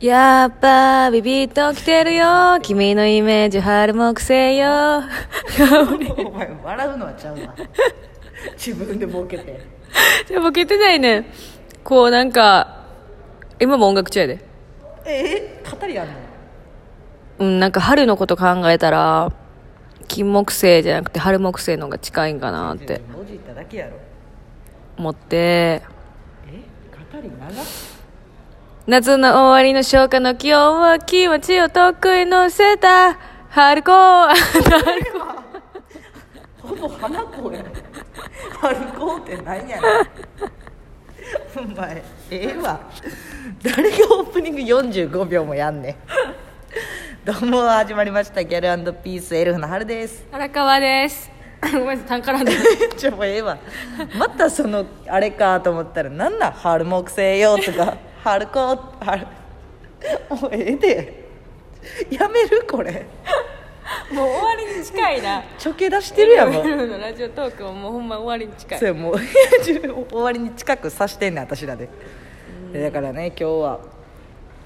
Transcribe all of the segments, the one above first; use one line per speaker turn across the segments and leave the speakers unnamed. やっぱビビッと来てるよ君のイメージ春木星 よ
お前笑うのはちゃうわ自分でボケて
じゃあボケてないねんこうなんか今も音楽中やで
えー、語りあんの
うんなんか春のこと考えたら金木星じゃなくて春木星の方が近いんかなって
文字言っただけやろ
思って
え語り長っ
夏の終わりの消化の気温は気持ちを得意のせた春子
ほぼ花子やん春子って何やねんお前ええわ誰がオープニング45秒もやんねんどうも始まりましたギャルピースエルフの春です
荒川です ごめんなさい単からんで
じゃもうええわまたそのあれかと思ったらなんなん春木星よと か春子春もうええでやめるこれ
もう終わりに近いな
ちょけ出してるやんもう
ルのラジオトークももうほんま終わりに近
そうもう 終わりに近くさしてんねん私らででだからね今日は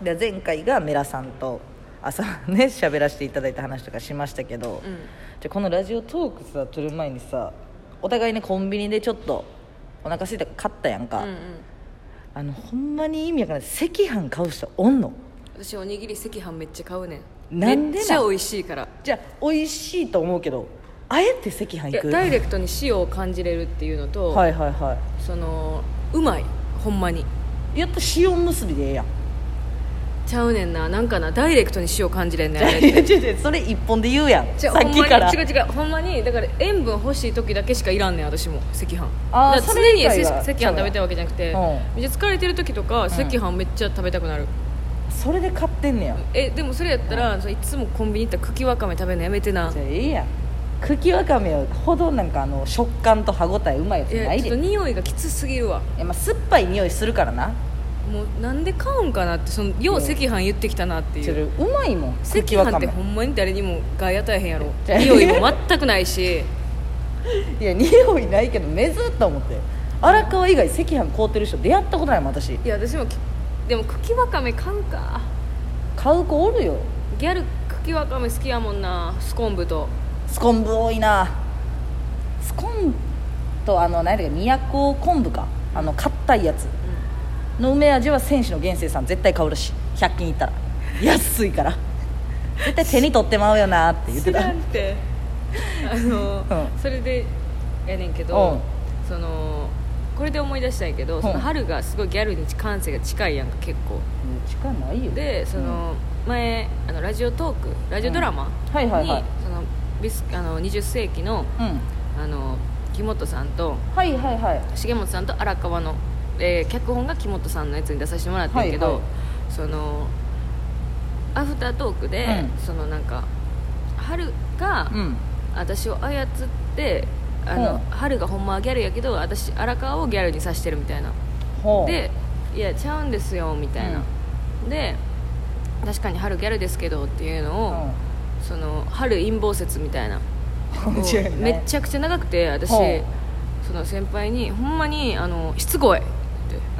で前回がメラさんと朝 ね喋らせていただいた話とかしましたけど、
ん
じゃあこのラジオトークさ撮る前にさお互いねコンビニでちょっとお腹空いたから買ったやんか、
うんうん
あのほんまに意味わからない赤飯買う人おんの
私おにぎり赤飯めっちゃ買うねん
なんでなん
めっちゃ美味しいから
じゃあ美味しいと思うけどあえて赤飯
い
行
や
く
ダイレクトに塩を感じれるっていうのと、
はいはいは
そのうまいほんまに
いやったら塩結びでええやん
ちゃうねんななんかなダイレクトに塩感じれんねんあれっ
いや
て
違う違うそれ一本で言うやん
じゃ
さ
あ
っきから
ほんまに違う違うほんまにだから塩分欲しい時だけしかいらんねん私も赤飯
あー
だから
それ
常
以
に赤
外は
赤飯食べたいわけじゃなくて、
う
めっちゃ疲れてる時とか赤飯めっちゃ食べたくなる、
それで買ってんねや
えでもそれやったら、それいつもコンビニ行ったら茎わかめ食べるのやめてな
じゃあええやん茎わかめをほどなんかあの食感と歯ごたえうまいやつ
い
な
や
い
ちょっと
で
匂いがきつすぎるわ
え、まあ、酸っぱい匂いするからな
もうなんで買うんかなってそのよう赤飯言ってきたなってい
そうれうまいもん
赤
茎わ
飯
か
って
め
ほんまに誰にも害与えへんやろ
じゃあ
匂いも全くないし
いや匂いないけど珍っと思って荒川以外赤飯凍ってる人出会ったことないもん私
いや私もきでも茎わかめ買うか
買う子おるよ
ギャル茎わかめ好きやもんなスコンブと
スコンブ多いなスコンとあの何だっけ宮古昆布かあの硬いやつの梅味は選手の源生さん絶対買うらしい100均行ったら安いから絶対手に取ってまうよなって言って
知
た
らんてあの、
うん
それでやねんけど、
う
そのこれで思い出したんやけど、その春がすごいギャルに感性が近いやんか結構
力ないよ
でその、前あのラジオトークラジオドラマに、
うんはいはいはい
そのビスあの20世紀の
うん、
あの木本さんと
はいはいはい
重本さんと荒川の、えー脚本が木本さんのやつに出させてもらったんやけど、
はいはい
そのアフタートークで、
うん
そのなんか春が
うん
私を操ってあの、
うん
春がほんまはギャルやけど私荒川をギャルにさしてるみたいな
ほう
で「いやちゃうんですよ」みたいな、で「確かに春ギャルですけど」っていうの
う
を、
ん
その春陰謀説みたいな
違うね
めっちゃくちゃ長くて私
ほう
その先輩に「ほんまにあのしつこい」って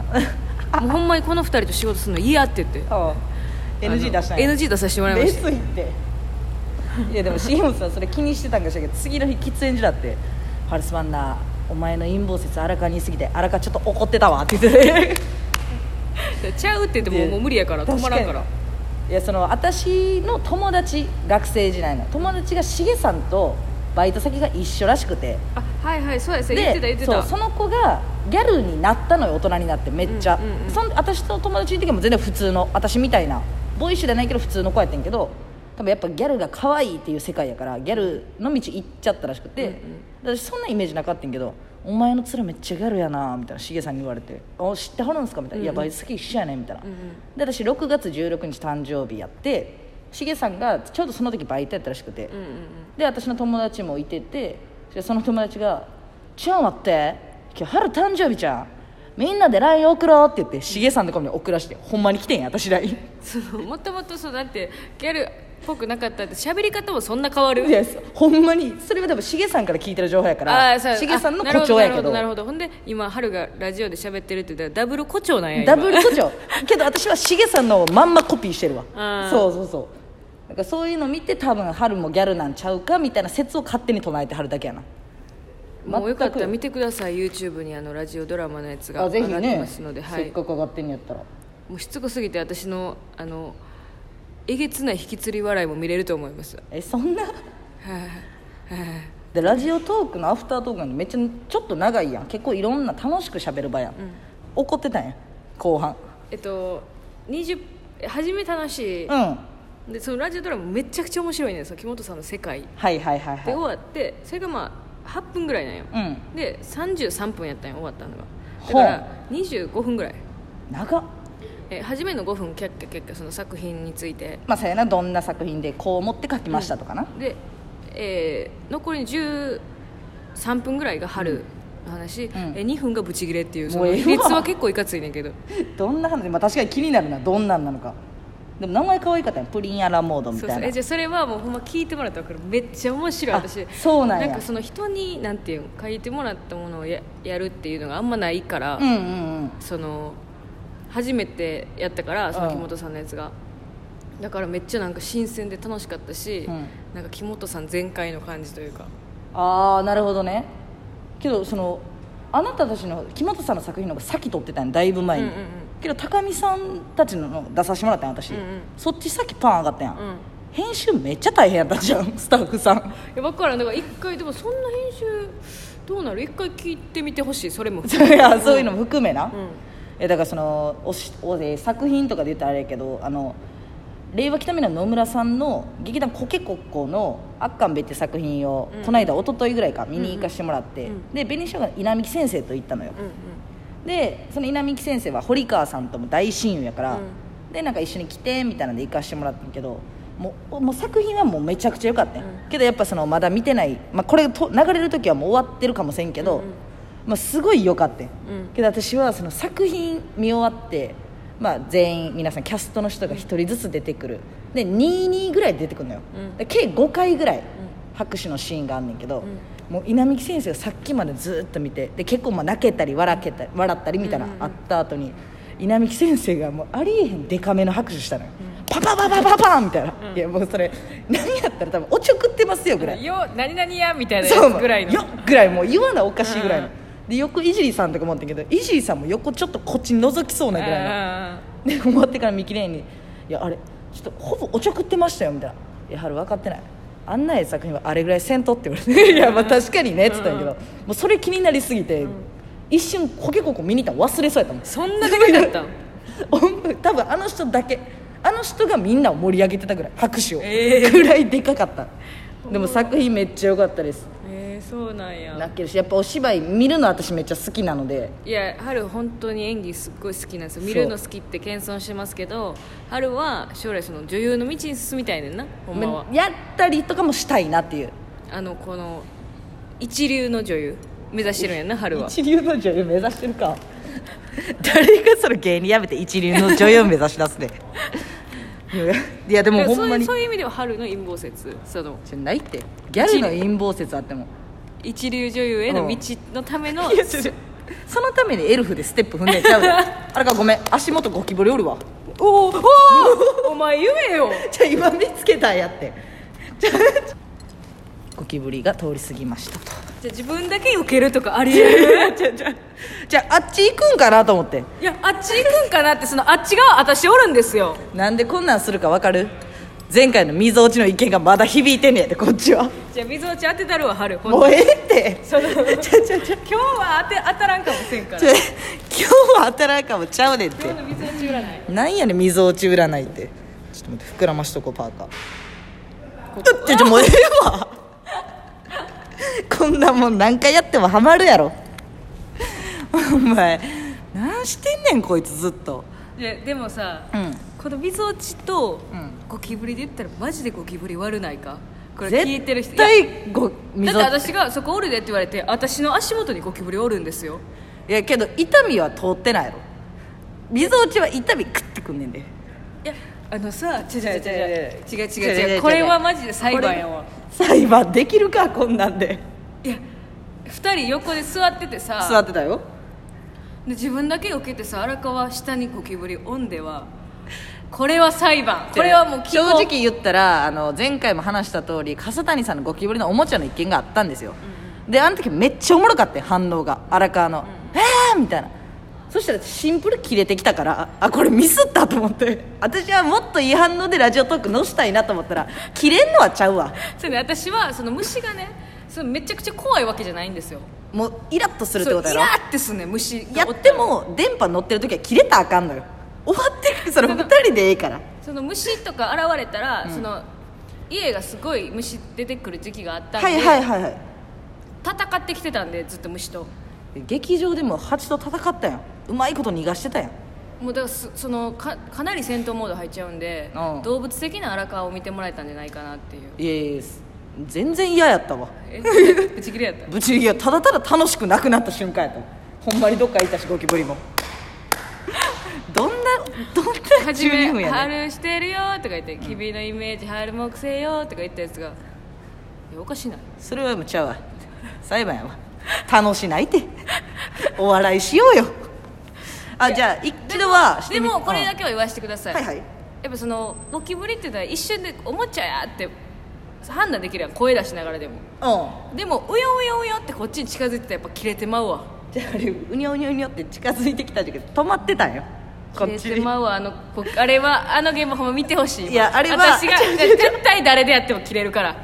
「 もうほんまにこの二人と仕事するの嫌」って言って
うん
あ
NG
の
出したんや
NG 出させてもらいま
レ
し
ス
た
いっていやでもシーモンさんそれ気にしてたんかしらんけど次の日喫煙所だって「ハルスマンダーお前の陰謀説荒川に言い過ぎて荒川ちょっと怒ってたわ」って言ってて
ちゃうって言っても
で
もう無理やから止まらんから
確にいやその私の友達学生時代の友達がしげさんとバイト先が一緒らしくて
あはいはいそうやそうや言ってた言って
そ
た
うその子がギャルになったのよ大人になってめっちゃ、
うんうんうん
そん私と友達の時も全然普通の私みたいなボーイッシュじゃないけど普通の子やってんけど多分やっぱギャルが可愛いっていう世界やからギャルの道行っちゃったらしくて、私そんなイメージなかったんけど「お前の面めっちゃギャルやな」みたいなしげさんに言われて「お知ってはるんですか?」みたいな「いやバイト先一緒やねん」みたいな、で私6月16日誕生日やってしげさんがちょうどその時バイトやったらしくて、
うんうんうん
で私の友達もいててでその友達が「ちょっと待って今日春誕生日じゃんみんなで LINE 送ろうって言ってしげさんのコミに送らしてほんまに来て んや私 LINE
そのもともとそうだってギャルっぽくなかったって喋り方もそんな変わる
いやほんまにそれは多分しげさんから聞いてる情報やか
あ
ら
ーそう
しげさんの
あなる
誇
ほど
張やけど
なるほどなるほどほんで今春がラジオで喋ってるって言ったらダブル誇張なんや今
ダブル誇張けど私はしげさんのをまんまコピーしてるわ
あー
そうそうそうなんかそういうの見て多分春もギャルなんちゃうかみたいな説を勝手に唱えてはるだけやな
もうよかった
全
ら
く
見てください YouTube にあのラジオドラマのやつが
あ
上が
ぜひ
ってま
ね
すので、は
せっ
い
かく上がってんのやったら
もうしつこすぎて私のあのえげつない引きつり笑いも見れると思います
えそんなでラジオトークのアフタートークなんてめっちゃちょっと長いやん結構いろんな楽しく喋る場やん、怒ってたんや後半
えっと20初め楽しい、
うんはい
でそのラジオドラマめちゃくちゃ面白いねその木本さんの世界で
はいはいはい
終わってそれがまあ8分ぐらいなんよ、
うん
で33分やったんよ終わったのが
ほ
だ
う
から25分ぐらい
長っ
え初めの5分キャッキャキャッキャその作品について
まあさやなどんな作品でこう思って書きましたとかな、
で、えー残り13分ぐらいが春の話、え2分がブチギレっていうそ
もう
の
ええわ
比率は結構いかついねんけど
どんな話、まあ、確かに気になるなどんなんなのかでも名前可愛かったやんプリンアラモードみ
そうそ
たいうな
えじゃあそれはもうほんま聞いてもらったら分かるめっちゃ面白い
あ
私
そうなんや
かその人になんていうの書いてもらったものをややるっていうのがあんまないから、
うんうんうん
その初めてやったからその木本さんのやつが、だからめっちゃなんか新鮮で楽しかったし、
うん
なんか木本さん全開の感じというか
ああなるほどねけどそのあなたたちの木本さんの作品の方が先撮ってたんやだいぶ前に、
うんうんうん
けど高見さんたちのの出させてもらったんや私、
うんうん
そっち先パン上がったやん、
うん
編集めっちゃ大変やったじゃんスタッフさ ん
いやばっからんだから一回でもそんな編集どうなる一回聞いてみてほしいそれも
それは そういうのも含めな、
ん
えだからそのおしおえ作品とかで言ったらあれやけどあの令和北見の野村さんの劇団コケコッコの「あっかんべ」って作品を、この間一昨日ぐらいか見に行かしてもらって、
うん
で紅しょうがの稲美先生と行ったのよ、
うんうん
でその稲美先生は堀川さんとも大親友やから、
う
でなんか一緒に来てみたいなんで行かしてもらったんやけどもうもう作品はもうめちゃくちゃ良かったんや、けどやっぱそのまだ見てない、まあ、これと流れる時はもう終わってるかもしれんけど、まあ、すごい良かったんや、
うん
けど私はその作品見終わって、まあ、全員皆さんキャストの人が1人ずつ出てくるで22ぐらい出てくるのよ、
うん
で計5回ぐらい拍手のシーンがあんねんけど、
う
もう稲美先生がさっきまでずっと見てで結構まあ泣けたり笑けたり笑ったりみたいな
うんうんうん
あった後に稲美先生がもうありえへんデカめの拍手したのよ、パパパパパパンみたいな、いやもうそれ何やったら多分おちょくってますよぐらい
よ何々 やみたいな
そう
やつぐらいの
よぐらいもう言わなおかしいぐらいの、
うん
で横いじりさんとかもあったけどいじりさんも横ちょっとこっち覗きそうなぐらいの、
あ
で 終わってからミキレイに「いやあれちょっとほぼおちょくってましたよ」みたいな「いや春分かってないあんなええ作品はあれぐらいせんと」って言われ て「いやまあ確かにね」っつったんやけど、もうそれ気になりすぎて、一瞬コケココ見に行ったの忘れそうやったもん
ーそんなできだったん
多分あの人だけあの人がみんなを盛り上げてたぐらい拍手を、
ええ
ぐらいでかかったでも作品めっちゃ良かったです
えー、そうなんや
泣けるしやっぱお芝居見るの私めっちゃ好きなので
いや春本当に演技すっごい好きなんですよ見るの好きって謙遜してますけど春は将来その女優の道に進みたいねんなほんまは
やったりとかもしたいなっていう
あのこの一流の女優目指してるんやんな春は
一流の女優目指してるか誰がそれ芸人やめて一流の女優目指し出すねいやいやでも
だから
ほんまに
そういうそういう意味では春の陰謀説その
じゃないってギャルの陰謀説あっても
一流女優への道のための、
いやちょっとそのためにエルフでステップ踏んでんちゃうであれかごめん足元ゴキブリおるわ
おおおお前夢よ
じゃあ今見つけたんやってじゃあゴキブリが通り過ぎましたと
じゃあ自分だけ避けるとかありえる
じゃああっち行くんかなと思って
いやあっち行くんかなってそのあっち側私おるんですよ
なんでこんなんするかわかる前回の溝落ちの意見がまだ響いてんねやってこっちは
じゃあ水落ち当てたるわ春ほん
も
と
うええって
その今
ちゃちゃちゃ
日は当て当たらんかもせんから
ちょ今日は働くかもちゃうねんっ
今日
て
の水落ち占い
なんやねん溝落ち占いってちょっと待って膨らましとこうパーカー
こ
だってちょもうええわこんなもん何回やってもハマるやろお前何してんねんこいつずっと
いやでもさ、
うん
この水落ちと
うん
ゴキブリで言ったらマジでゴキブリ悪ないかこれ聞いてる人
絶対ご溝
だって私が「そこおるで」って言われて私の足元にゴキブリおるんですよ
いやけど痛みは通ってないやろ溝落ちは痛み食ってくんねんで
いやあのさ違う違う違う違う違う
違う違う違う
これはマジで裁判やわ
裁判できるかこんなんで
いや2人横で座っててさ
座ってたよ
で自分だけ避けてさ荒川下にゴキブリオンではこれは裁判これはもう
正
聞こう
直言ったらあの前回も話した通り笠谷さんのゴキブリのおもちゃの一件があったんですよ、であの時めっちゃおもろかったよ反応が荒川の「えー!」みたいなそしたらシンプル切れてきたからあこれミスったと思って私はもっといい反応でラジオトークのしたいなと思ったら切れんのはちゃうわ
そうね私はその虫がねそのめちゃくちゃ怖いわけじゃないんですよ
もうイラッとするって
そ
こ
う
とや
イ
ろ
ラーってすんねん虫が
や
お
っても電波乗ってる時は切れたらあかんのよ終わってるそれ2人でええから
その虫とか現れたら、その家がすごい虫出てくる時期があったんで、
はいはいはいはい
戦ってきてたんでずっと虫と
劇場でも蜂と戦ったやんうまいこと逃がしてたやん
もうだからすそのかかなり戦闘モード入っちゃうんで
うん
動物的な荒川を見てもらえたんじゃないかなっていう
いやいや全然嫌やったわ
えぶち切れやった
ぶち切れただただ楽しくなくなった瞬間やったほんまにどっかいたしゴキブリも どんなどんな
初め
12
「
分やね
春してるよ」とか言って「君のイメージ春木星よ」とか言ったやつが「いやおかしいな
それはもうちゃうわ裁判やわ楽しないてお笑いしようよあじゃあ一」
で
度は
も
して
で
み
もこれ
うん
だけは言わせてください、
はいはい
やっぱそのゴキブリっていうのは一瞬でおもちゃやって判断できるやん声出しながらでも
うん
でもうようようよってこっちに近づいてたらやっぱ切れてまうわ
じゃああれうにょうにょうにょって近づいてきたんだけど止まってたんよこ
切
っ
れ
ち
て
に
まうわあのこあれはあの現場ほんま見てほしい
いやあれは
私が
ちょちょちょ
絶対誰でやっても切れるから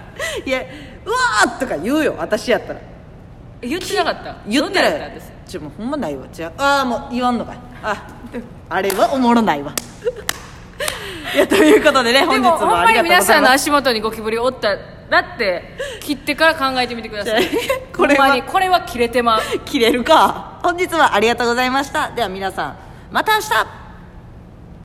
いやうわーとか言うよ私やったら
え言ってなかった
言
ど
って
んな
ら
やった私
ちょもうほんまないわじゃあああもう言わんのかいああれはおもろないわ いやということでね本
で
日
もほん
もあ
ま
り
に
が
皆
とうござ
さ
い
んの
ます
足元にゴキブリおったらって切ってから考えてみてください
じゃあ これは
ほんまにこれは切れてまう
切れるか本日はありがとうございましたでは皆さんまた明日